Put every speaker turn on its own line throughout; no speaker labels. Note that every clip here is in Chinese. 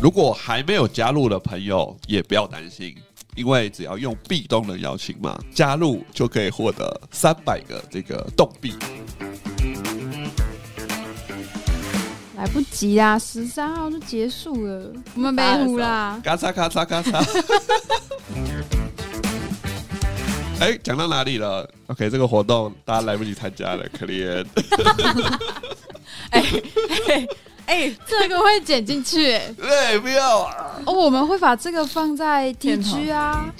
如果还没有加入的朋友，也不要担心，因为只要用壁咚的邀请码加入，就可以获得三百个这个洞币。
来不及啦，十三号就结束了，我们没胡啦。
咔嚓咔嚓咔嚓。 哎、讲到哪里了？OK，这个活动大家来不及参加了，可怜。
哎哎哎，
这个会剪进 去、欸，
哎、不要啊！
哦，我们会把这个放在
片头
TG 啊。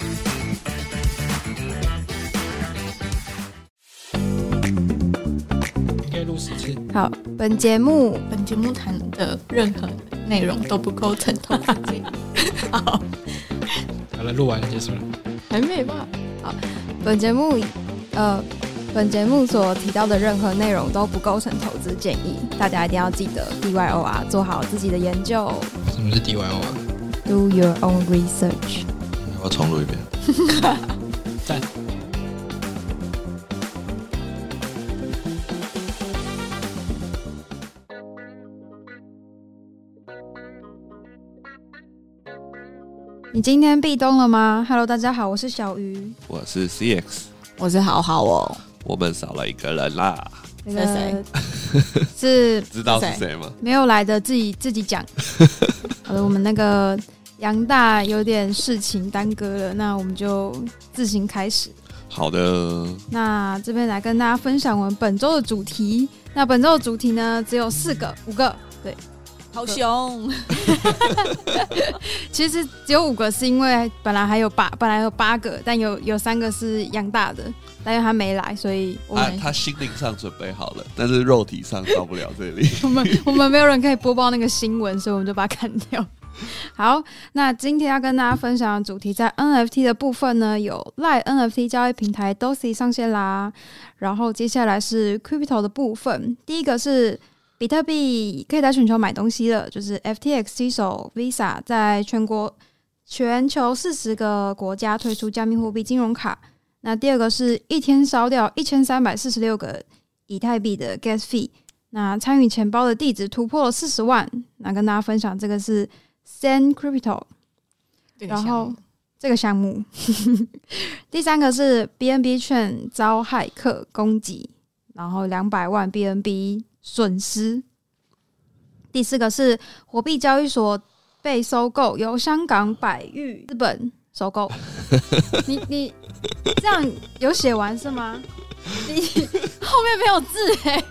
应该录时间。
好，本节目
本节目谈的任何内容都不构成 投资建议。好，
好了，录完了，结束了。
还没吧？
本节目呃，本节目所提到的任何内容都不构成投资建议，大家一定要记得 D Y O R，做好自己的研究
什么是 DYO 啊？
，Do your own research。
我要重录一遍。
赞。
你今天壁咚了吗？Hello，大家好，我是小鱼。
我是 CX，
我是好好哦，
我们少了一个人啦，
那个
是谁
是
知道是谁吗？
没有来的自己自己讲。好的，我们那个杨大有点事情耽搁了，那我们就自行开始。
好的，
那这边来跟大家分享我们本周的主题。那本周的主题呢，只有四个、五个，
好凶，
其实只有五个，是因为本来还有八，本来有八个，但有有三个是杨大的，但因为他没来，所以我们、
啊，他心灵上准备好了，但是肉体上到不了这里。
我们我们没有人可以播报那个新闻，所以我们就把它砍掉。 好，那今天要跟大家分享的主题，在 NFT 的部分呢，有赖 NFT 交易平台 Dosi 上线啦，然后接下来是 Crypto 的部分，第一个是。比特币可以在全球买东西了，就是 FTX 接手 Visa 在全国全球四十个国家推出加密货币金融卡。那第二个是一天烧掉一千三百四十六个以太币的 gas fee，那参与钱包的地址突破了四十万。那跟大家分享这个是 Sand Crypto 然后这个项目， 第三个是 BNB 券遭骇客攻击，然后两百万 BNB 损失。第四个是货币交易所被收购，由香港百裕资本收购。你你这样有写完是吗？你后面没有字哎、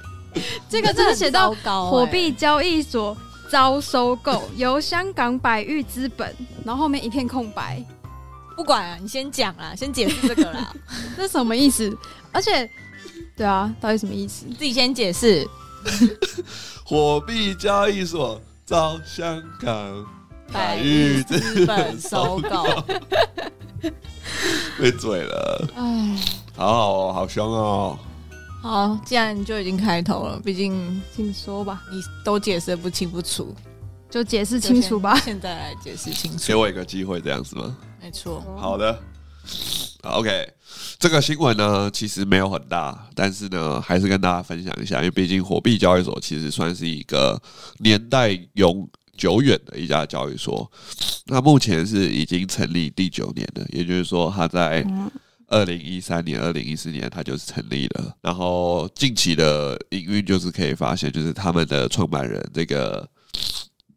这个真的写到
欸
高
货币交易所遭收购， 由香港百裕资本，然后后面一片空白，
不管啊，你先讲啦，先解释这个 啦，
这什么意思？而且，对啊，到底什么意思？
自己先解释。
火币交易所遭香港百裕
资本收购，
被嘴了，
哎，
好好哦，好凶哦。
好，既然就已经开头了，毕竟
请说吧，
你都解释得不清不楚，
就解释清楚吧
就。先现在来解释清
给
楚，
我一个机会，这样子吗？
没错。
哦
好的好，OK。这个新闻呢，其实没有很大，但是呢，还是跟大家分享一下，因为毕竟火币交易所其实算是一个年代永久远的一家交易所。那目前是已经成立第九年了，也就是说，它在
嗯
二零一三年、二零一四年，它就是成立了。然后近期的营运就是可以发现，就是他们的创办人这个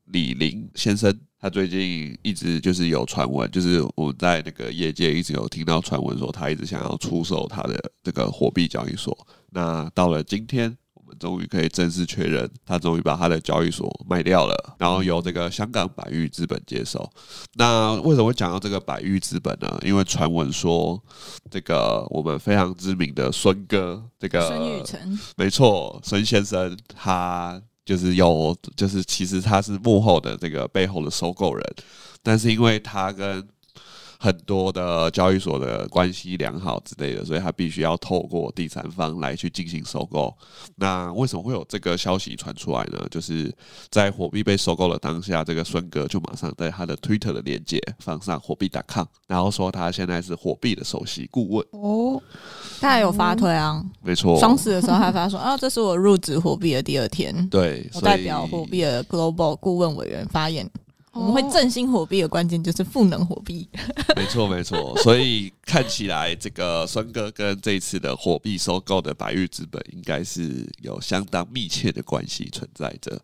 李林先生，他最近一直就是有传闻，就是我们在那个业界一直有听到传闻说，他一直想要出售他的这个货币交易所。那到了今天。我们终于可以正式确认，他终于把他的交易所卖掉了，然后由这个香港百裕资本接手。那为什么会讲到这个百裕资本呢？因为传闻说，这个我们非常知名的孙哥，这个
孙宇晨，
没错，孙先生他就是有，就是其实他是幕后的这个背后的收购人，但是因为他跟很多的交易所的关系良好之类的，所以它必须要透过第三方来去进行收购。那为什么会有这个消息传出来呢？就是在火币被收购的当下，这个孙哥就马上在他的 Twitter 的链接放上火币 .com，然后说他现在是火币的首席顾问。
哦，
他还有发推啊，
没错，
双十的时候还发说，啊，这是我入职火币的第二天，
对，
我
所以
代表火币的 Global 顾问委员发言，我们会
哦
振兴火币的关键就是赋能火币。
没错，没错。所以看起来，这个孙哥跟这一次的火币收购的百玉资本，应该是有相当密切的关系存在着。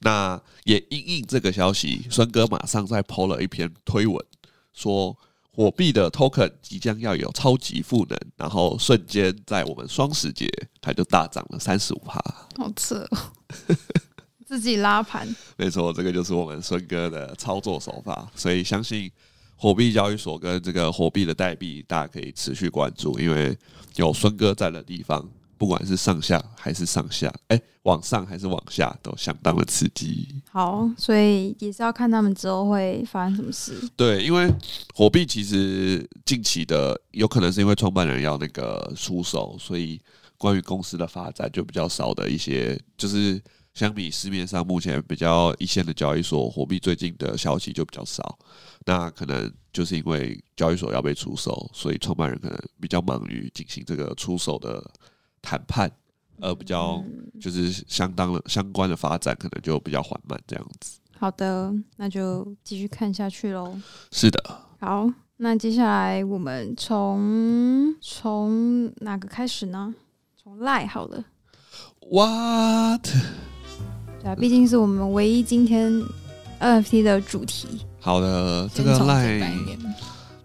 那也因应这个消息，孙哥马上再抛了一篇推文，说火币的 token 即将要有超级赋能，然后瞬间在我们双十节，它就大涨了三十五趴。
好扯哦， 自己拉盘。
没错，这个就是我们孙哥的操作手法，所以相信火币交易所跟这个火币的代币，大家可以持续关注，因为有孙哥在的地方，不管是上下还是上下，哎、往上还是往下，都相当的刺激。
好，所以也是要看他们之后会发生什么事。
对，因为火币其实近期的有可能是因为创办人要那个出手，所以关于公司的发展就比较少的一些，就是相比市面上目前比较一线的交易所，火币最近的消息就比较少。那可能就是因为交易所要被出售，所以创办人可能比较忙于进行这个出售的谈判，而比较
嗯
就是相当的相关的发展可能就比较缓慢这样子。
好的，那就继续看下去喽。
是的，
好，那接下来我们从从哪个开始呢？从赖好了，
what？
对啊，
嗯
毕竟是我们唯一今天 NFT 的主题。
好的，这个
先从简单一
Line
点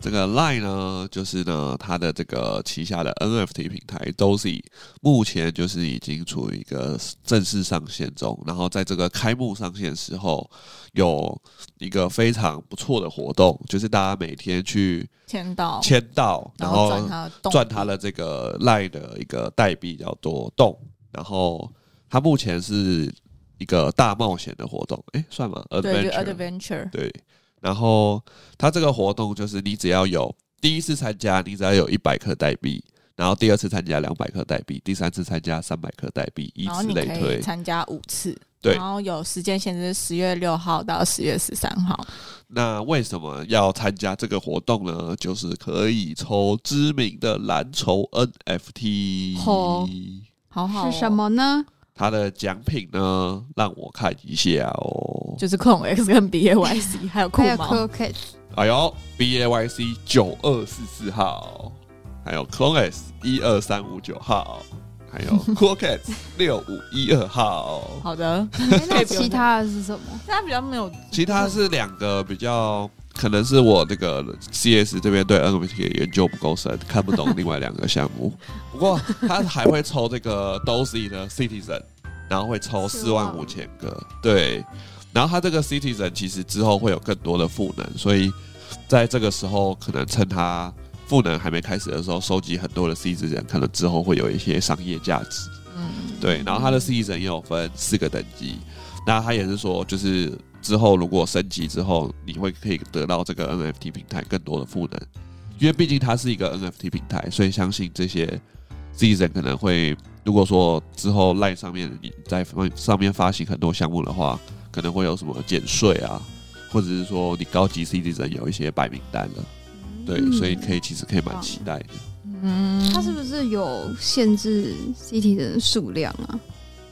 这个 Line 呢，就是呢，它的这个旗下的 NFT 平台 Dozy，目前就是已经处于一个正式上线中。然后在这个开幕上线时候，有一个非常不错的活动，就是大家每天去
签到，
签到，然
哦然后
后
赚他的动
赚它的这个 Line 的一个代币叫做动。然后它目前是一个大冒险的活动，诶，算吗？Adventure？
对，就 adventure，
对，然后它这个活动就是你只要有第一次参加，你只要有一百颗代币，然后第二次参加两百颗代币，第三次参加三百颗代币，以
然后
此
哦你
类
可以
推。
参加五次，
对
然后有时间限制，十月六号到十月十三号，
那为什么要参加这个活动呢？就是可以抽知名的蓝筹 NFT。
吼好好、哦，
是什？么呢？
它的奖品呢？让我看一下哦。
就是控 X 跟 BAYC，还有酷
还有
毛，
Cook，
哎呦，B A Y C 九二四四号，还有 Clone S 一二三五九号，还有 Cool Cats 六五一二号。
好的，
哎那
以不用
其他的是什么？
大家比较没有
其他是两个比较，可能是我那个 CS 这边对 NFT 的研究不够深，看不懂另外两个项目。不过他还会抽这个 Dozy 的 Citizen，然后会抽四万五千个，对。然后他这个 Citizen 其实之后会有更多的赋能，所以在这个时候可能趁他赋能还没开始的时候，收集很多的 Citizen，可能之后会有一些商业价值。
嗯，
对，然后它的四 E 神也有分四个等级，那它也是说，就是之后如果升级之后，你会可以得到这个 NFT 平台更多的赋能，因为毕竟它是一个 NFT 平台，所以相信这些四 E 神可能会，如果说之后 Line 上面你在上面发行很多项目的话，可能会有什么减税啊，或者是说你高级 Citizen 有一些白名单了，对，
嗯
所以可以其实可以蛮期待的。
嗯，
它是不是有限制 CT 的数量啊？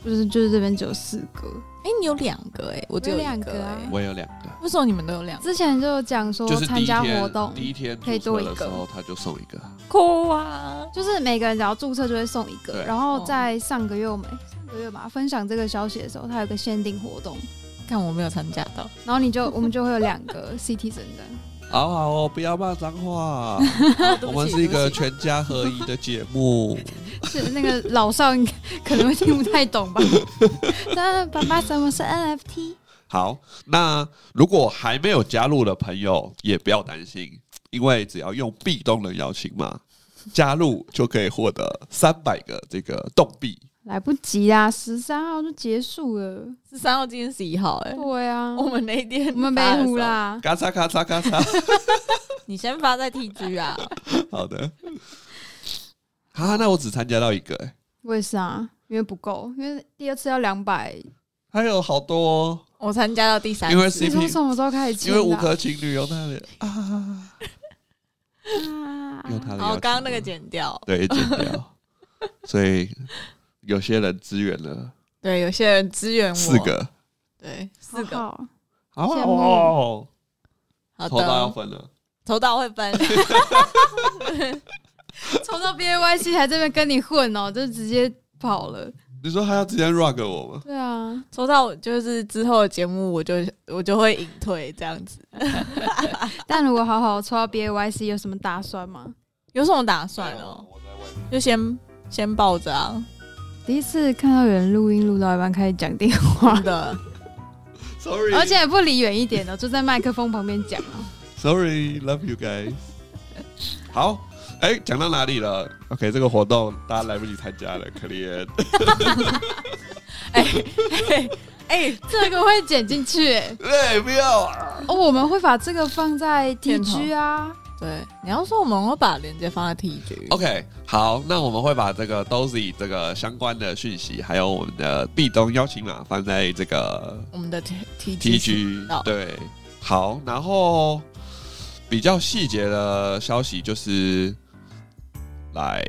就是就是这边只有四个。
哎、你有两个哎、我只有
我有两
一
个
个
啊
哎、
我也有两个。
为什么你们都有两个？
之前就有讲说
就是第
参
一
加
天
活动，
第一天
可以
注册
多一
的时
个
候他就送一个，
酷啊！
就是每个人只要注册就会送一个
对。
然后
哦
在上个月我们、诶上个月吧分享这个消息的时候，它有个限定活动，
看我没有参加到，
然后你 就我们就会有两个 CT 神的。
好好哦，不要骂脏 话，哦我们是一个全家合一的节 目。
是那个老少应该可能会听不 太懂吧？那爸爸什么是 NFT？
好，那如果还没有加入的朋友也不要担心，因为只要用壁咚的邀请 码加入，就可以获得三百个这个动币。
来不及啦，十三号就结束了。
十三号今天十一号哎、
对啊，
我们那一天
我们
发的时
没
候
糊，啦。
咔嚓咔嚓咔嚓，
你先发在 TG 啊，
好的。啊，那我只参加到一个、欸，
我也是啊，因为不够，因为第二次要两百。
还有好多、哦，
我参加到第三
因为
次
你
CP
从什么时候开始
因
签
为
的
五
啊？
颗情侣有他的啊，
啊
有他的邀请。
好，刚刚那个剪掉。
对剪 掉，所以有些人支援了
对，有些人支援我
四，个，
对，四
好
个。
好
好
羡慕
哦，
好
头到要
的，
分了，
抽到会 分。
抽到 B A Y C 还这边跟你混哦，就直接跑了。
你说还要直接 rug 我吗？
对啊，
抽到就是之后的节目，我就我就会隐退这样子。
但如果好好抽到 B A Y C，有什么打算吗？
有什么打算哦？就先先抱着啊，
第一次看到有人录音录到一半开始讲电话
真，的。
，sorry，
而且也不离远一点的，哦就在麦克风旁边讲啊。
sorry，love you guys。好，哎，讲到哪里了？OK，这个活动大家来不及参加了，可怜。
哎、
这个会剪进去、欸，
对，不要啊。
哦，我们会把这个放在
片头
TG 啊，
对，你要说我们会把链接放在 TG，、
OK，好，那我们会把这个 Dozy 这个相关的讯息，还有我们的壁咚邀请码放在这个
我们的 T T
TG
到
对，好，然后比较细节的消息就是来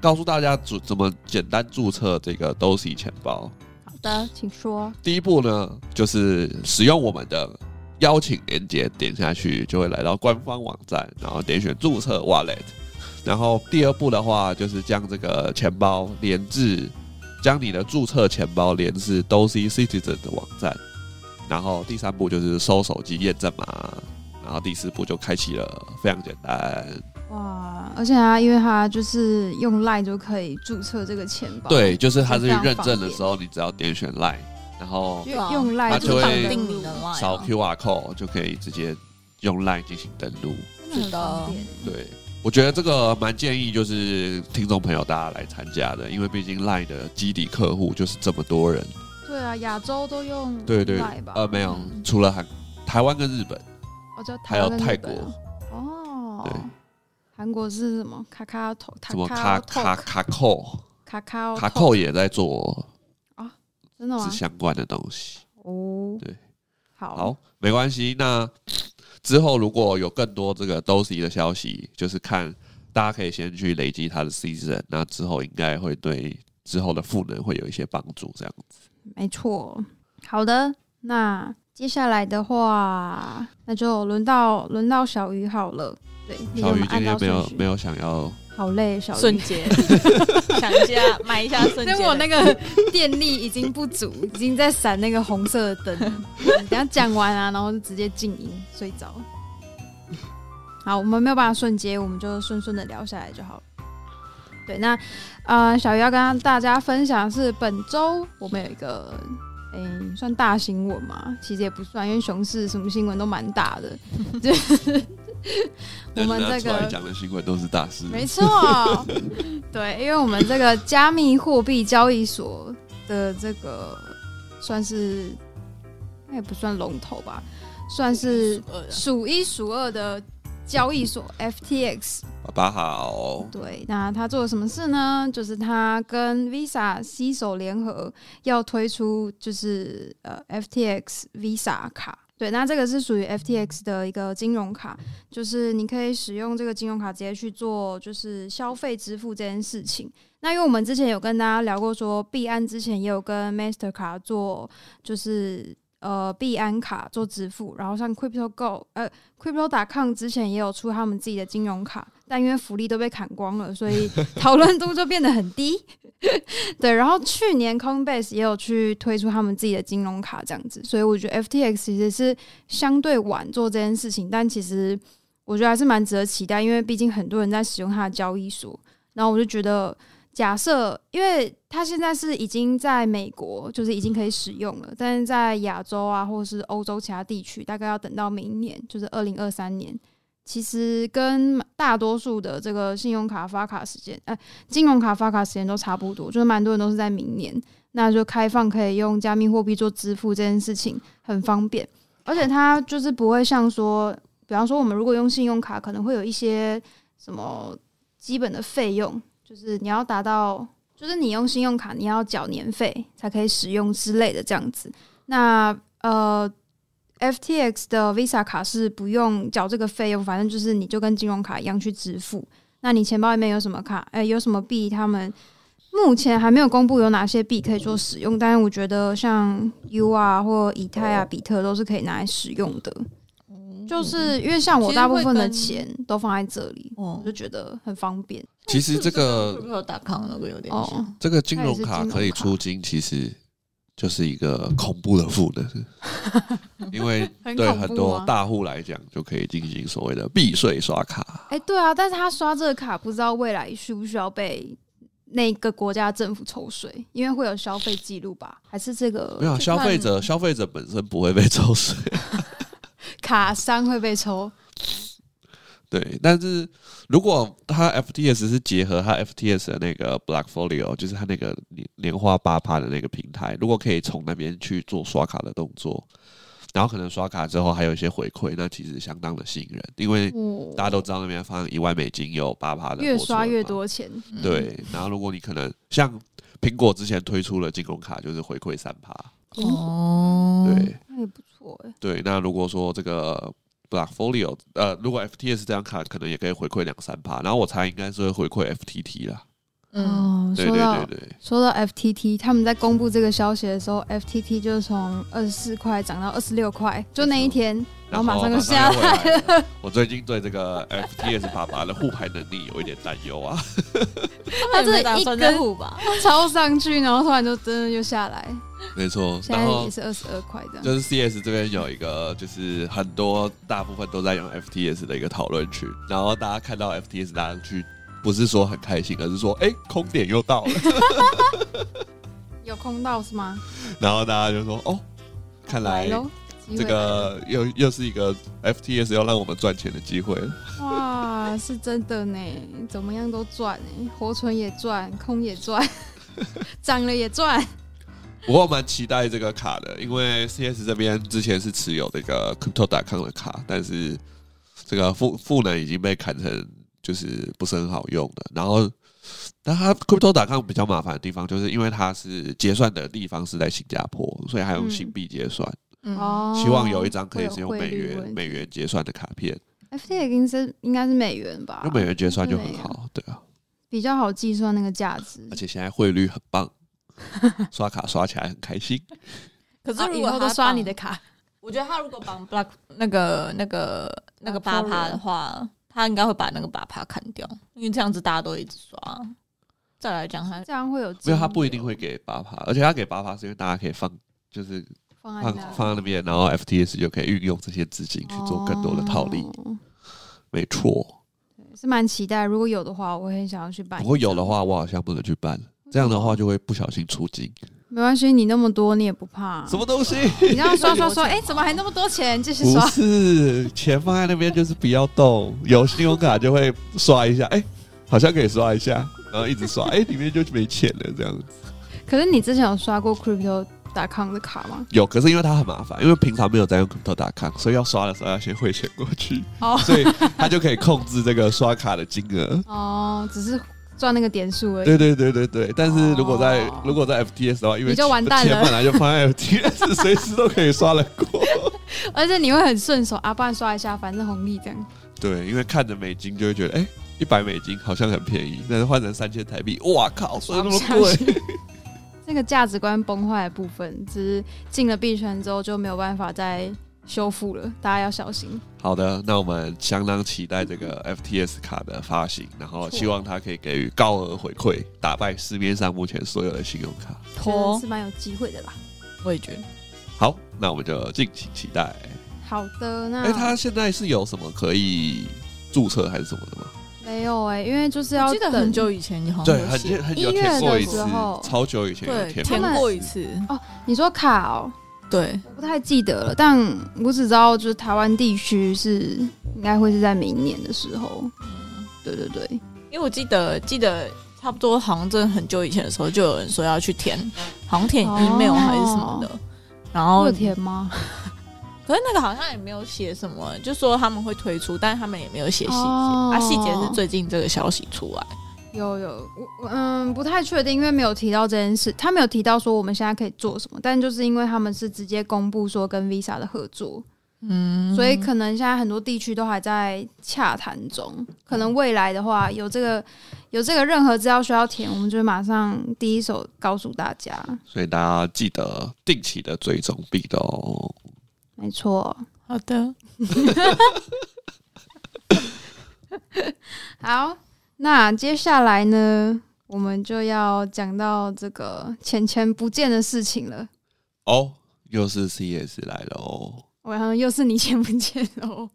告诉大家注怎么简单注册这个 Dozy 钱包。
好的，请说。
第一步呢，就是使用我们的邀请链接点下去，就会来到官方网站，然后点选注册 Wallet。然后第二步的话，就是将这个钱包连至，将你的注册钱包连至 Dozy Citizen 的网站。然后第三步就是收手机验证码，然后第四步就开启了，非常简单。
哇，而且啊，因为它就是用 Line 就可以注册这个钱包，
对，就是它
它
是
是认
认证
证
的
的
时
时
候，你只要点选 Line，然后
因为用
它
Line 哦
就
就
会
是
是绑
绑
定你的 line，
扫
啊
QR code 就可以直接用 LINE 进行登录。
真的很方便。
对，我觉得这个蛮建议，就是听众朋友大家来参加的，因为毕竟 LINE 的基底客户就是这么多人。
对啊，亚洲都用
对对
Line 吧，
呃，没有
嗯，
除了韩、台湾跟日本，
我就
还
台
有
湾跟
泰
日
国
本，啊哦，
对，
韩国是什么？卡卡头，
什么卡卡卡扣，
卡卡
卡扣也在做
真哦的吗
是？相关的东西。
哦，
对，
好，
好，没关系。那之后如果有更多这个 Dozy 的消息，就是看大家可以先去累积它的 season，那之后应该会对之后的赋能会有一些帮助。这样子，
没错。好的，那接下来的话，那就轮到轮到小鱼好了。对，你给我
小鱼
们
今
按
天没
照顺
有
序
没有想要，
好累，小
瞬
鱼。
间想一下买一下瞬
因
间
为
的，
我那个电力已经不足，已经在闪那个红色的灯。等一下讲完啊，然后就直接静音睡着。好，我们没有办法瞬接，我们就顺顺的聊下来就好了。对，那呃，小鱼要跟大家分享的是本周我们有一个，诶、算大新闻嘛？其实也不算，因为熊市什么新闻都蛮大的， 我们
但是
这个
啊拿出来讲的新闻都是大事，
没错， 对，因为我们这个加密货币交易所的这个算是，那也不算龙头吧，算是
呃
数一数二的交易所 FTX。
爸爸好，
对，那他做了什么事呢？就是他跟 Visa 携手联合，要推出就是呃 FTX Visa 卡。对，那这个是属于 FTX 的一个金融卡，就是你可以使用这个金融卡直接去做就是消费支付这件事情。那因为我们之前有跟大家聊过说币安之前也有跟 Master 卡做就是呃币安卡做支付，然后像 Crypto Go 呃 Crypto.com 之前也有出他们自己的金融卡，但因为福利都被砍光了，所以 讨论度就变得很低。 对，然后去年 Coinbase 也有去推出他们自己的金融卡，这样子，所以我觉得 FTX 其实是相对晚做这件事情，但其实我觉得还是蛮值得期待，因为毕竟很多人在使用它的交易所。然后我就觉得，假设因为它现在是已经在美国，就是已经可以使用了，但是在亚洲啊，或是欧洲其他地区，大概要等到明年，就是二零二三年。其实跟大多数的这个信用卡发卡时间，呃，金融卡发卡时间都差不多，就是蛮多人都是在明年，那就开放可以用加密货币做支付这件事情很方便，而且它就是不会像说比方说，我们如果用信用卡，可能会有一些什么基本的费用，就是你要达到，就是你用信用卡你要缴年费才可以使用之类的这样子。那呃，FTX 的 Visa 卡是不用缴这个费用，反正就是你就跟金融卡一样去支付。那你钱包里面有什么卡？哎、有什么币？他们目前还没有公布有哪些币可以做使用，但是我觉得像 U 啊或以太啊、比特都是可以拿来使用的。就是因为像我
嗯其实
大部
会
分的
跟
钱都放在这里，
哦
我就觉得很方便。
其实这
哎
是
个
不是有打康那个有点
哦
像？，
这个金融
它也
卡
是金融卡
可以出金，其实就是一个恐怖的赋 能，因为
很
对
恐怖啊
很多
吗
大户来讲，就可以进行所谓的避税刷卡。
哎、对啊，但是他刷这个卡，不知道未来需不需要被那个国家政府抽税，因为会有消费记录吧？还是这
没
个
有消费者，消费者本身不会被 抽税，
卡商会被抽？
对。但是如果它 FTS 是结合它 FTS 的那个 Blackfolio，就是它那个年年化八趴的那个平台，如果可以从那边去做刷卡的动作，然后可能刷卡之后还有一些回馈，那其实相当的吸引人，因为
哦
大家都知道那边放一万美金有八趴的，
越刷越。多钱，
对，然后如果你可能像苹果之前推出了进攻卡，就是回馈三趴，
哦
对。，
那也不错哎、
对，那如果说这个 Blackfolio，呃，如果 FTS 这张卡可能也可以回馈两三趴，然后我猜应该是会回馈 FTT 啦。
嗯，
哦，
对
说
对
到
对对，
说到 FTT，他们在公布这个消息的时候，FTT 就是从二十四块涨到二十六块，就那一天，然后马上就下
马上
来
就
了。
回 来了。我最近对这个 FTS 爸爸的护牌能力有一点担忧啊。
他这
打
一
算在
根
护吧？
超上去，然后突然就真的就下来，
没错，
现
然
在
后
也是二十二块这样。
就是 CS 这边有一个，就是很多大部分都在用 FTS 的一个讨论区，然后大家看到 FTS 拉上去，不是说很开心，而是说哎、空点又到了，
有空到是吗？
然后大家就说哦，看
来
来
喽，机会
这个又又是一个 FTS 要让我们赚钱的机会了。
来了哇，是真的呢，怎么样都赚呢，活存也赚，空 也赚，涨了也赚。
不过我蛮期待这个卡的，因为 CS 这边之前是持有这个 Crypto.com 的卡，但是这个赋赋能已经被砍成就是不是很好用的。然后，但它 Crypto.com 比较麻烦的地方，就是因为它是结算的地方是在新加坡，所以还用新币结算。
嗯，
哦，
希望有一张可以
会
是用
哦汇
美
率
元
问题
美元结算的卡片，
FT 应是应该是美元吧，
用美元结算就
美
很
元
好，对啊。
比较好计算那个价值
啊
而。且现在汇率很棒，刷卡刷起来很开心。
可
啊
是如
以
果
后
他
都刷
绑
你的，卡，
我觉得他如果绑 Black 那个那个那个八
Black
趴的话，他应该会把那个八趴砍掉，因为这样子大家都一直刷。再来讲他
这样会有
没有，他
金
不一定
流
会给八趴，而且他给八趴是因为大家可以放，就是
放在
放
那
放在那边，然后 FTS 就可以运用这些资金去做更多的套利。
哦
没错，
是蛮期待。如果有的话，我会很想要去办。
不过有的，话我好像不能去办，这样的话就会不小心出金。
没关系，你那么多，你也不怕、
什么 东西？
你这样刷刷刷，哎、怎么还那么多钱？继续
不
刷。
是，钱放在那边就是不要动，有信用卡就会刷一下，哎、好像可以刷一下，然后一直刷，哎、里面就没钱了，这样子。
可是你之前有刷过 crypto.com 的卡吗？
有，可是因为它很麻烦，因为平常没有在用 Crypto 打卡，所以要刷的时候要先汇钱过 去，
哦
所以它就可以控制这个刷卡的金额。
哦，只是赚那个点数而已。
对对对对对，但是如果在、
哦
如果在 FTS 的话，因为
你就完蛋了
钱本来就放在 FTS，随 时都可以刷得过。
而且你会很顺手啊，不然刷一下，反正红利这样。
对，因为看着美金就会觉得，哎、一百美金好像很便宜，但是换成三千台币，哇靠，所以那么贵。
这个价值观崩坏的部分，只是进了币圈之后就没有办法再修复了，大家要小心。
好的，那我们相当期待这个 FTS 卡的发行，然后希望它可以给予高额回馈，打败市面上目前所有的信用卡。
觉得
拖
是，蛮有机会的啦。
我也觉得
好，那我们就敬请期待。
好的，那
哎、它现在是有什么可以注册还是什么的吗？
没有哎、因为就是要
我记得
等
很久以前好像
对，
有
很
写
久很
一
久
月
填过
的
一次
时候，
超久以前有
对
填
填
他们
过
过
一
一
次。
次，
你说卡哦、
对，
我不太记得了，但我只知道就是台湾地区是应该会是在明年的时候。对对对，
因为我记得记得差不多好像真的很久以前的时候，就有人说要去填，好像填
哦
email 还是什么的。然
我
后
有，填吗？
可是那个好像也没有写什么，就说他们会推出，但是他们也没有写细节、
哦
啊。细节是最近这个消息出来，
有有，我嗯不太确定，因为没有提到这件事，他没有提到说我们现在可以做什么，但就是因为他们是直接公布说跟 Visa 的合作，
嗯，
所以可能现在很多地区都还在洽谈中，可能未来的话有这个有这个任何资料需要填，我们就会马上第一手告诉大家。
所以大家记得定期的追踪币的哦。
没错，
好的，
好，那接下来呢，我们就要讲到这个钱钱不见的事情了。
哦，又是 CS 来了哦！
我想又是你钱不见了哦。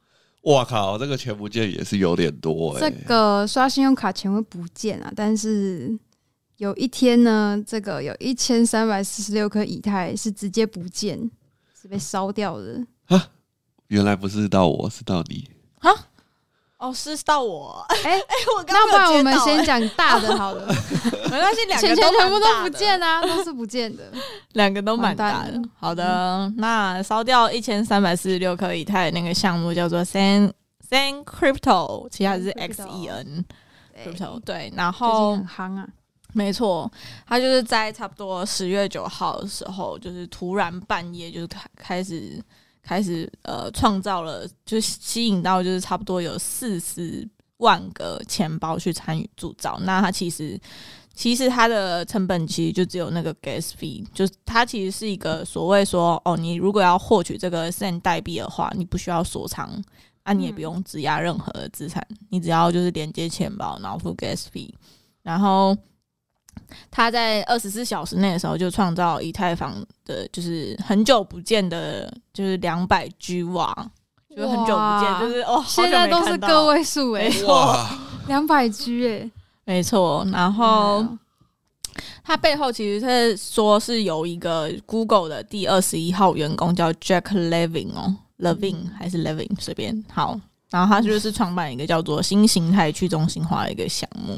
哇靠，这个钱不见也是有点多哎、
这个刷信用卡钱会不见啊，但是有一天呢，这个有一千三百四十六颗以太是直接不见，是被烧掉的。
原来不是到我，是到你。
哦，是到我，
哎、
哎，我刚
那不然
刚
我
没
们
有接到
先讲大的好了，
哎没关系，两
钱
个
钱
都
全部
蛮
都
大
不
的
见啊，都是不见的。
两个都蛮大
完
的
蛋了。
好的，那烧掉一千三百四十六颗以太的那个项目叫做 San San Crypto，其实它是 E
Crypto
XEN
对最
Crypto。对，然后
哎近很夯啊，
没错，它就是在差不多十月九号的时候，就是突然半夜就是开开始开始呃创造了，就吸引到就是差不多有四十万个钱包去参与铸造。那它其实其实它的成本其实就只有那个 gas fee，就是它其实是一个所谓说哦，你如果要获取这个 SEN 代币的话，你不需要锁仓，啊，你也不用质押任何的资产，你只要就是连接钱包，然后付 gas fee，然后。它在二十四小时内的时候就创造以太坊的，就是很久不见的，就是两百 G 瓦，就是很久不见，
哇
就是哦，好久
现在
没
都
看
是
到
个位数哎、
没错，
两百 G 哎，
没错。然后
嗯
它背后其实是说是有一个 Google 的第二十一号员工叫 Jack Levin 哦，Levin
嗯
还是 Levin 随便好。然后他就是创办一个叫做新形态去中心化的一个项目，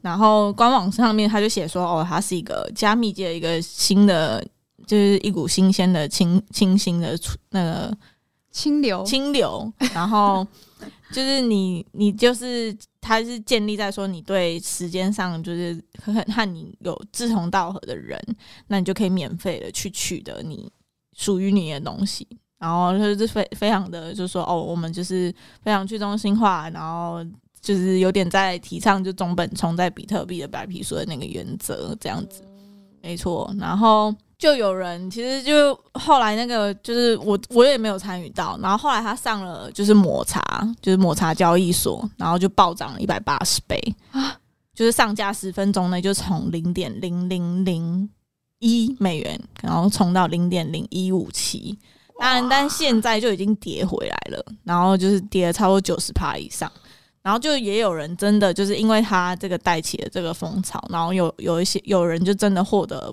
然后官网上面他就写说，哦，它是一个加密界的一个新的，就是一股新鲜的清清新的出那个
清流
清流，然后就是你你就是它是建立在说你对时间上就是很和你有志同道合的人，那你就可以免费的去取得你属于你的东西。然后就是非非常的，就是说哦，我们就是非常去中心化，然后就是有点在提倡就中本聪在比特币的白皮书的那个原则这样子，没错。然后就有人其实就后来那个就是我我也没有参与到，然后后来他上了就是抹茶，就是抹茶交易所，然后就暴涨了一百八十倍
啊
就是上架十分钟内就从零点零零零一美元，然后冲到零点零一五七。当然，但现在就已经跌回来了，然后就是跌了超过九十趴以上，然后就也有人真的就是因为他这个带起了这个风潮，然后有有一些有人就真的获得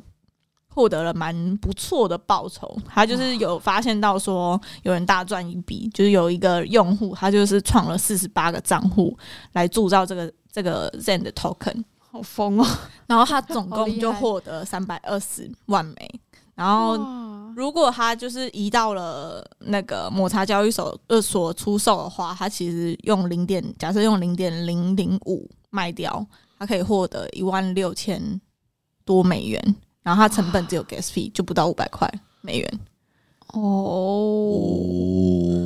获得了蛮不错的报酬，他就是有发现到说有人大赚一笔，就是有一个用户他就是创了四十八个账户来铸造这个这个 Zen 的 token，
好疯哦、
然后他总
好
共
厉
就
害
获得三百二十万枚，然后
哇
如果它就是移到了那个抹茶交易所呃所出售的话，它其实用零点，假设用零点零零五卖掉，它可以获得一万六千多美元，然后它成本只有 gas fee 就不到五百块美元，
哦，
哦，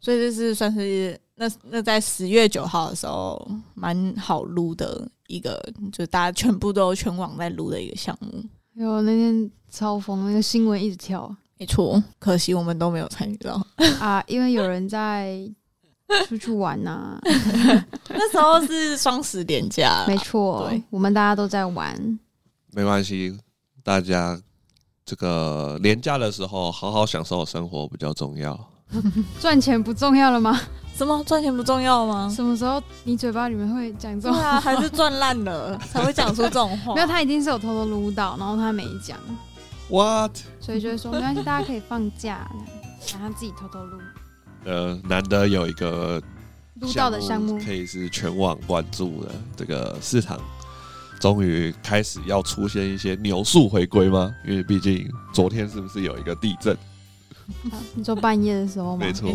所以这是算是那那在十月九号的时候蛮好撸的一个，就是大家全部都全网在撸的一个项目。
有那天超疯，那个新闻一直跳。
没错，可惜我们都没有参与到。
啊，因为有人在出去玩呐、
那时候是双十连 假，
没错
对，
我们大家都在玩，
没关系，大家这个廉价的时候好好享受生活比较重要。
赚钱不重要了吗？
什么赚钱不重要吗？
什么时候你嘴巴里面会讲这
对
种？
啊，还是赚烂 了才会讲出这种话。
没有，他一定是有偷偷撸到，然后他没讲，
What？
所以就会说没关系，大家可以放假，然后他自己偷偷撸
呃，难得有一个
撸到的项目。
可以是全网关注的这个市场，终于开始要出现一些牛速回归吗？因为毕竟昨天是不是有一个地震？
啊你说半夜的时候吗？
没错，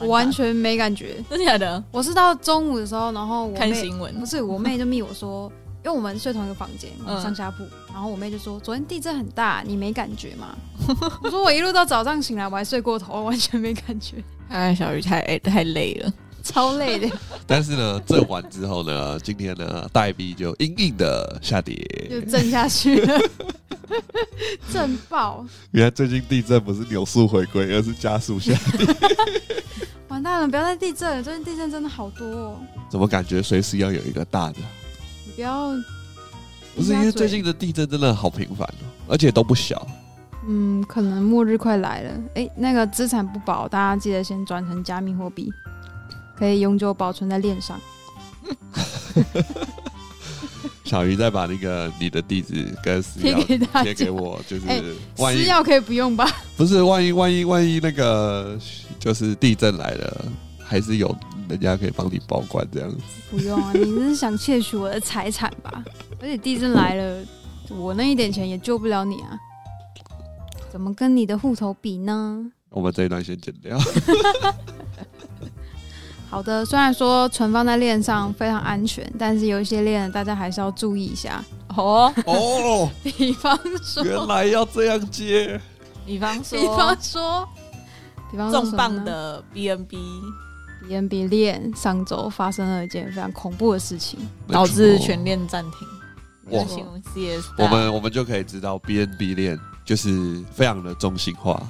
我完全没感觉。
真的假的？
我是到中午的时候，然后我
看
妹
新闻
不是我妹就密我说，因为我们睡同一个房间，我们
嗯
上下铺，然后我妹就说昨天地震很大，你没感觉吗？ 我说我一路到早上醒来，我还睡过头，完全没感觉，
哎，小鱼太太累了，
超累的，
但是呢，震完之后呢，今天呢，代币就硬硬的下跌。
就震下去了， 震爆，
原来最近地震不是扭速回归，而是加速 下。
完蛋了！不要再地震了，最近地震真的好多、哦，
怎么感觉随时要有一个大的？
你不要，
不是因为最近的地震真的好频繁哦，而且都不小。
嗯，可能末日快来了，哎、那个资产不保，大家记得先转成加密货币，可以永久保存在链上。
小鱼再把那个你的地址跟私
贴
钥
给大
贴
家
给。我，就是
哎
万
私
一
钥可以不用吧？
不是万一万一万一那个就是地震来了，还是有人家可以帮你保管这样子。
不用啊，你是想窃取我的财产 吧？而且地震来了，我那一点钱也救不了你啊！怎么跟你的户头比呢？
我们这一段先剪掉。
好的，虽然说存放在链上非常安全，但是有一些链大家还是要注意一下，
哦，
哦，
比方说，
原来要这样接。
比 方
比方
说
说，比方说
重磅的 B N B，
BNB 链上周发生了一件非常恐怖的事情，
导致全链暂停。
哇
这新闻 C S，
我们我们就可以知道 B N B 链就是非常的中心 化，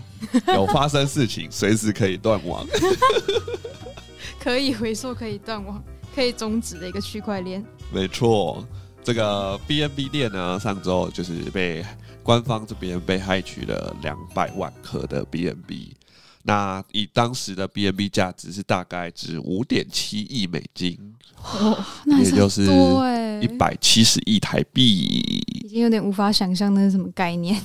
有发生事情随时可以断网。
可以回溯、可以断网、可以终止的一个区块链。
没错，这个 B N B 链呢，上周就是被官方这边被害取了两百万颗的 B N B。那以当时的 B N B 价值是大概值五点七亿美金，
哦那还
也就是
很多哎、
一百七十亿台币。
已经有点无法想象那是什么概念。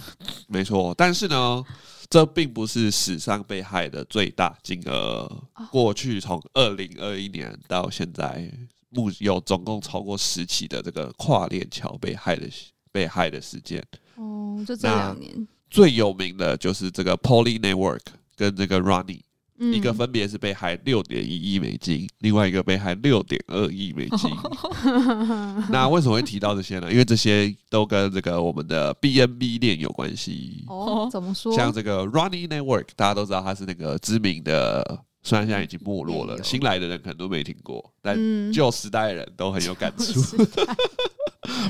没错，但是呢，这并不是史上被害的最大金额。过去从二零二一年到现在，目有总共超过十起的这个跨链桥被害的被害的事件。
哦，就这
那
两年，
最有名的就是这个 Poly Network 跟这个 Runny，、
嗯
一个分别是被害六点一亿美金，另外一个被害六点二亿美金。 那为什么会提到这些呢？因为这些都跟这个我们的 BNB 链有关系。
哦，怎么说？
像这个 Runny Network，大家都知道它是那个知名的，虽然现在已经没落
电
了，
邮
新来的人可能都没听过，但
嗯
旧时代的人都很有感触。
是的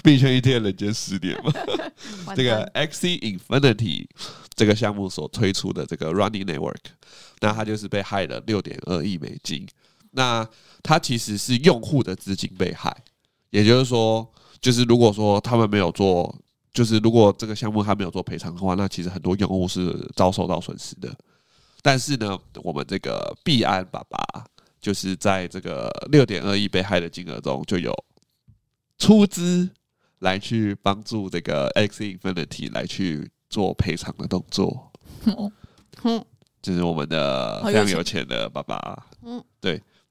币圈一天人间十年嘛，
完蛋
这个 XC Infinity 这个项目所推出的这个 Runny Network，那它就是被害了六点二亿美金。那它其实是用户的资金被害，也就是说，就是如果说他们没有做，就是如果这个项目他没有做赔偿的话，那其实很多用户是遭受到损失的。但是呢，我们这个币安爸爸就是在这个六点二亿被害的金额中就有出资来去帮助这个 X Infinity 来去做赔偿的动作，
嗯
就是我们的
哦好
非
有
常有钱的爸爸。
嗯，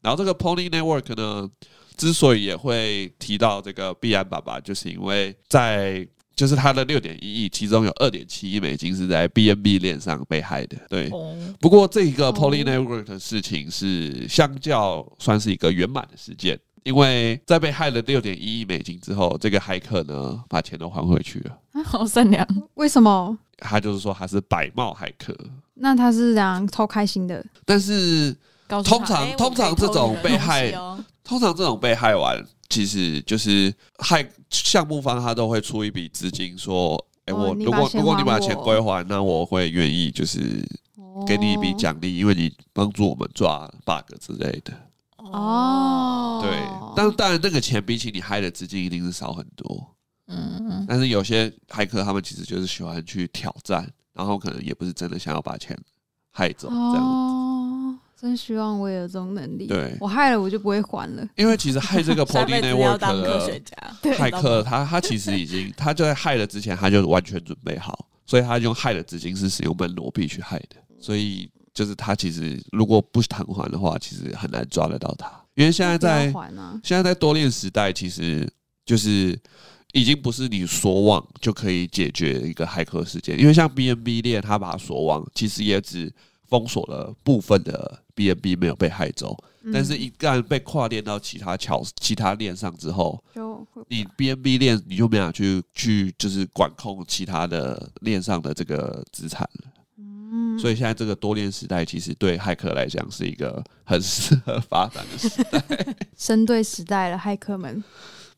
然后这个 Pony Network 呢，之所以也会提到这个币安爸爸，就是因为在就是他的六点一亿，其中有二点七亿美金是在 BNB 链上被害的。对，
哦，
不过这一个
哦
Poly Network 的事情是相较算是一个圆满的事件，因为在被害了六点一亿美金之后，这个骇客呢把钱都还回去了。
好善良，
为什么？
他就是说他是百帽骇客，
那他是怎样偷开心的？
但是
告诉他
通常
哎我
通常
可以
这种被害
偷你的东西哦
通常这种被害完，其实就是害项目方他都会出一笔资金说。哎、
哦
我
你
如
把
果
钱
如果你
还
把
我
钱归还，那我会愿意就是
哦
给你一笔奖励，因为你帮助我们抓 bug 之类的。
哦。
对，但当然，那个钱比起你害的资金一定是少很多。
嗯，
但是有些骇客他们其实就是喜欢去挑战，然后可能也不是真的想要把钱害走这样。
哦，真希望我也有这种能力。
对
我害了我就不会还了。
因为其实害这个
下
Poly
辈子要
Network
当科学
的
家，
骇客，他他其实已经他就在害了之前，他就完全准备好，所以他用害的资金是使用门罗币去害的，所以就是他其实如果不偿还的话，其实很难抓得到他，因为现在在
不要还啊，
现在在多链时代，其实就是已经不是你所网就可以解决一个骇客事件，因为像 BNB 链，它把它所网其实也只封锁了部分的 B N B 没有被害走，
嗯
但是一旦被跨链到其他桥、其他链上之后，
就会
你 B N B 链你就没法去去就是管控其他的链上的这个资产了。
嗯，
所以现在这个多链时代，其实对骇客来讲是一个很适合发展的时代。
生对时代了，骇客们。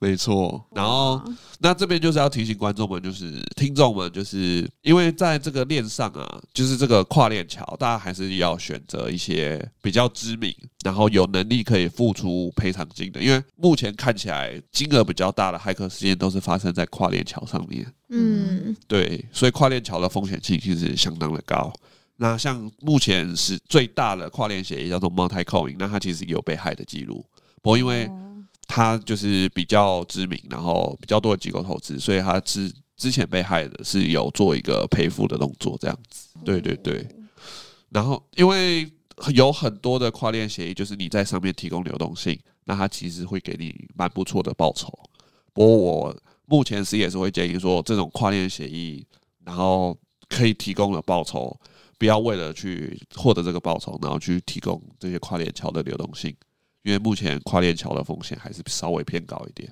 没错，然后
哇
那这边就是要提醒观众们，就是听众们，就是因为在这个链上啊，就是这个跨链桥，大家还是要选择一些比较知名，然后有能力可以付出赔偿金的，因为目前看起来金额比较大的骇客事件都是发生在跨链桥上面。
嗯，
对，所以跨链桥的风险性其实相当的高。那像目前是最大的跨链协议叫做 Multicoin，那它其实有被害的记录，不过因为
哦
它就是比较知名，然后比较多的机构投资，所以它之之前被害的是有做一个赔付的动作，这样子。对对对。然后因为有很多的跨链协议，就是你在上面提供流动性，那它其实会给你蛮不错的报酬。不过我目前是也是会建议说，这种跨链协议，然后可以提供的报酬，不要为了去获得这个报酬，然后去提供这些跨链桥的流动性。因为目前跨链桥的风险还是稍微偏高一点，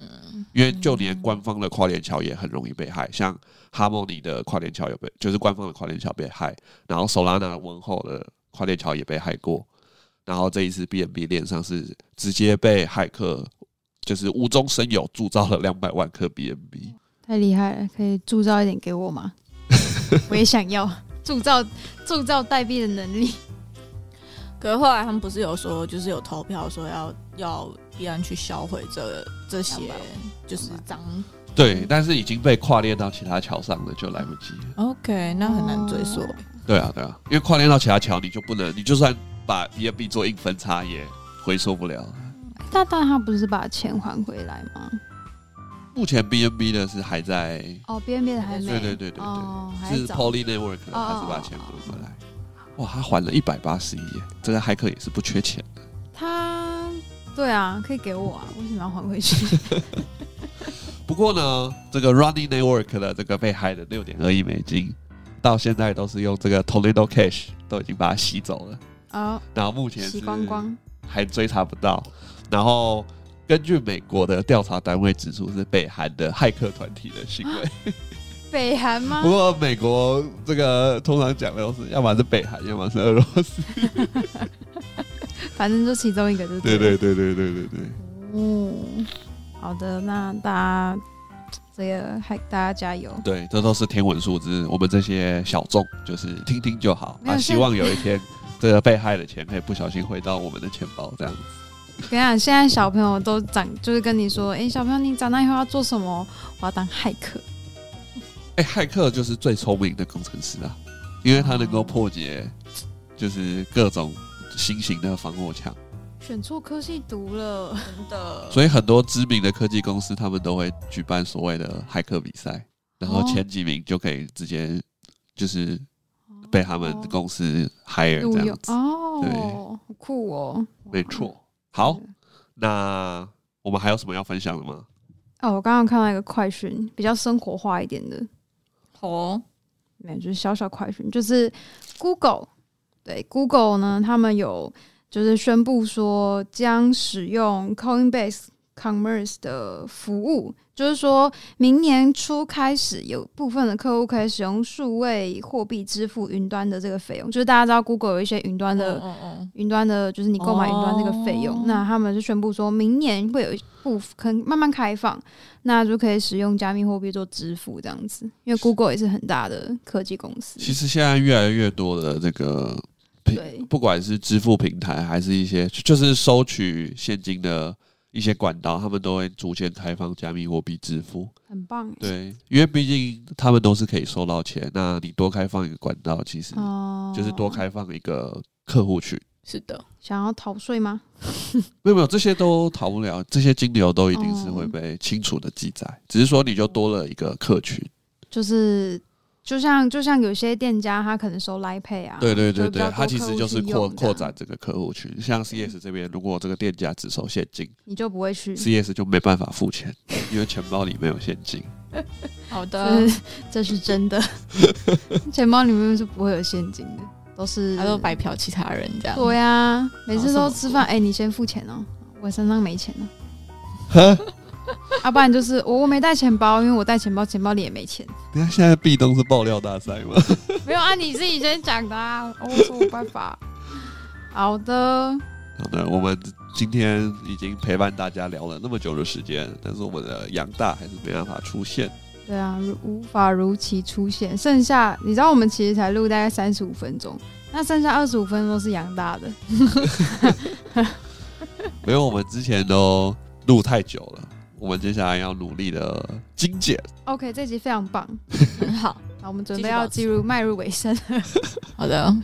因为就连官方的跨链桥也很容易被害，像 Harmony 的跨链桥有被，就是官方的跨链桥被害，然后 Solana 的文后的跨链桥也被害过，然后这一次 BNB 链上是直接被骇客就是无中生有铸造了两百万颗 BNB，
太厉害了，可以铸造一点给我 吗？我也想要铸造铸造代币的能力。
可是后来他们不是有说，就是有投票说要要必然去销毁这这些就是脏。
对，但是已经被跨链到其他桥上了，就来不及了。
哎
OK，那很难追溯。
哦
对啊，对啊，因为跨链到其他桥，你就不能，你就算把 BNB 做硬分叉也回收不了。
嗯但但哎他不是把钱还回来吗？
目前 BNB 的是还在，
哦，边边的还没。
对对对对对，
哦，还
是
早
Poly Network 的，还是把钱还回来？哇，他还了一百八十亿耶，这个骇客也是不缺钱的。
他对啊，可以给我啊，为什么要还回 去？
不过呢，这个 Running Network 的这个被害的六点二亿美金，到现在都是用这个 Tornado Cash 都已经把它洗走了，
哦，
然后目前是
洗光光。
还追查不到。然后根据美国的调查单位指出，是北韩的骇客团体的行为。
北韩吗
不？过美国这个通常讲的都是，要么是北韩，要么是俄罗斯。
反正就其中一个就
对
对
对对
了。
对对对对。
嗯，好的，那大家这个还大家加油。
对，这都是天文数字，我们这些小众就是听听就好
没有
啊。
是
希望有一天，这个被害的钱可以不小心回到我们的钱包，这样子。
我跟你讲，现在小朋友都长，就是跟你说，哎、小朋友，你长大以后要做什么？我要当骇客。
哎、骇客就是最聪明的工程师啊，
哦
因为他能够破解就是各种新型的防火墙，
选错科系读了，
真的，
所以很多知名的科技公司他们都会举办所谓的骇客比赛，然后
哦
前几名就可以直接就是被他们公司 hire
录
这
用
样子，对
哦，好酷哦，
没错。
嗯
好，那我们还有什么要分享的吗？
哦，我刚刚看到一个快讯，比较生活化一点的，
哦，
没有，就是小小快讯，就是 Google，对 Google 呢，他们有就是宣布说将使用 Coinbase Commerce 的服务，就是说明年初开始，有部分的客户可以使用数位货币支付云端的这个费用，就是大家知道 Google 有一些云端的。
嗯嗯
云端的，就是你购买云端这个费用
哦
那他们就宣布说明年会有一部分可能慢慢开放，那就可以使用加密货币做支付这样子。因为 Google 也是很大的科技公司，
其实现在越来越多的这个
对
平，不管是支付平台还是一些就是收取现金的一些管道，他们都会逐渐开放加密货币支付。
很棒。，欸
对，因为毕竟他们都是可以收到钱，那你多开放一个管道，其实
哦、
就是多开放一个客户群。
是的，
想要逃税吗？
没有没有，这些都逃不了，这些金流都一定是会
哦
被清楚的记
嗯
载，只是说你就多了一个客群。
就是就像就像有些店家他可能收 Line Pay 啊，
对对
就
对
比较
对，它
多
其
客
实
户
就是
去
扩
用
扩
这
展，
样
这个客户群。像 CS 这边，如果这个店家只收现金
你就不会去。
，CS 就没办法付钱，因为钱包里没有现金。
好
这是这是真的，钱包里面是不会有现金的。都是
他都白嫖其他人这样。
对呀、每次都
好什么
吃饭，哎、你先付钱哦，我身上没钱哦 了。
哈，
要、啊不然就是我我没带钱包，因为我带钱包，钱包里也没 钱。
你看现在壁咚是爆料大赛吗？
没有啊，你自己先讲的啊。哦我说我办法。 好的，
好的，我们今天已经陪伴大家聊了那么久的时间，但是我们的杨大还是没办法出现。
对啊，如无法如期出现，剩下你知道我们其实才录大概三十五分钟，那剩下二十五分钟是杨大的。
没有，我们之前都录太久了，我们接下来要努力的精简。
OK，这集非常棒，
很嗯好，
好，我们准
继
备
续保
要进入迈入尾声。
好的，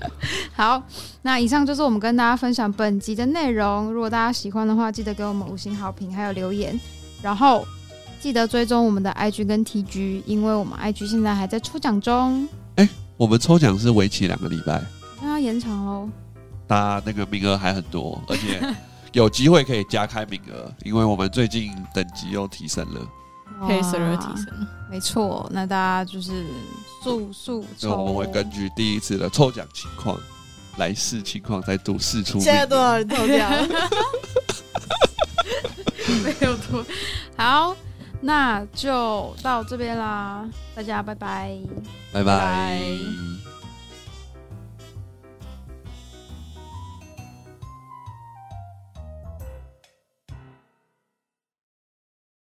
好，那以上就是我们跟大家分享本集的内容。如果大家喜欢的话，记得给我们五星好评，还有留言，然后记得追踪我们的 IG 跟 TG，因为我们 IG 现在还在抽奖中，
我们抽奖是为期两个礼拜，
那要延长哦。
大家那个名额还很多，而 且有机会可以加开名额，因为我们最近等级又提升了。
可以随时提
哇
升。
没错，那大家就是速速
所以
抽，
我们会根据第一次的抽奖情况、来试情况，再度试出名额。
少人投掉？
没有多。好，那就到这边啦，大家拜拜。
拜
拜
拜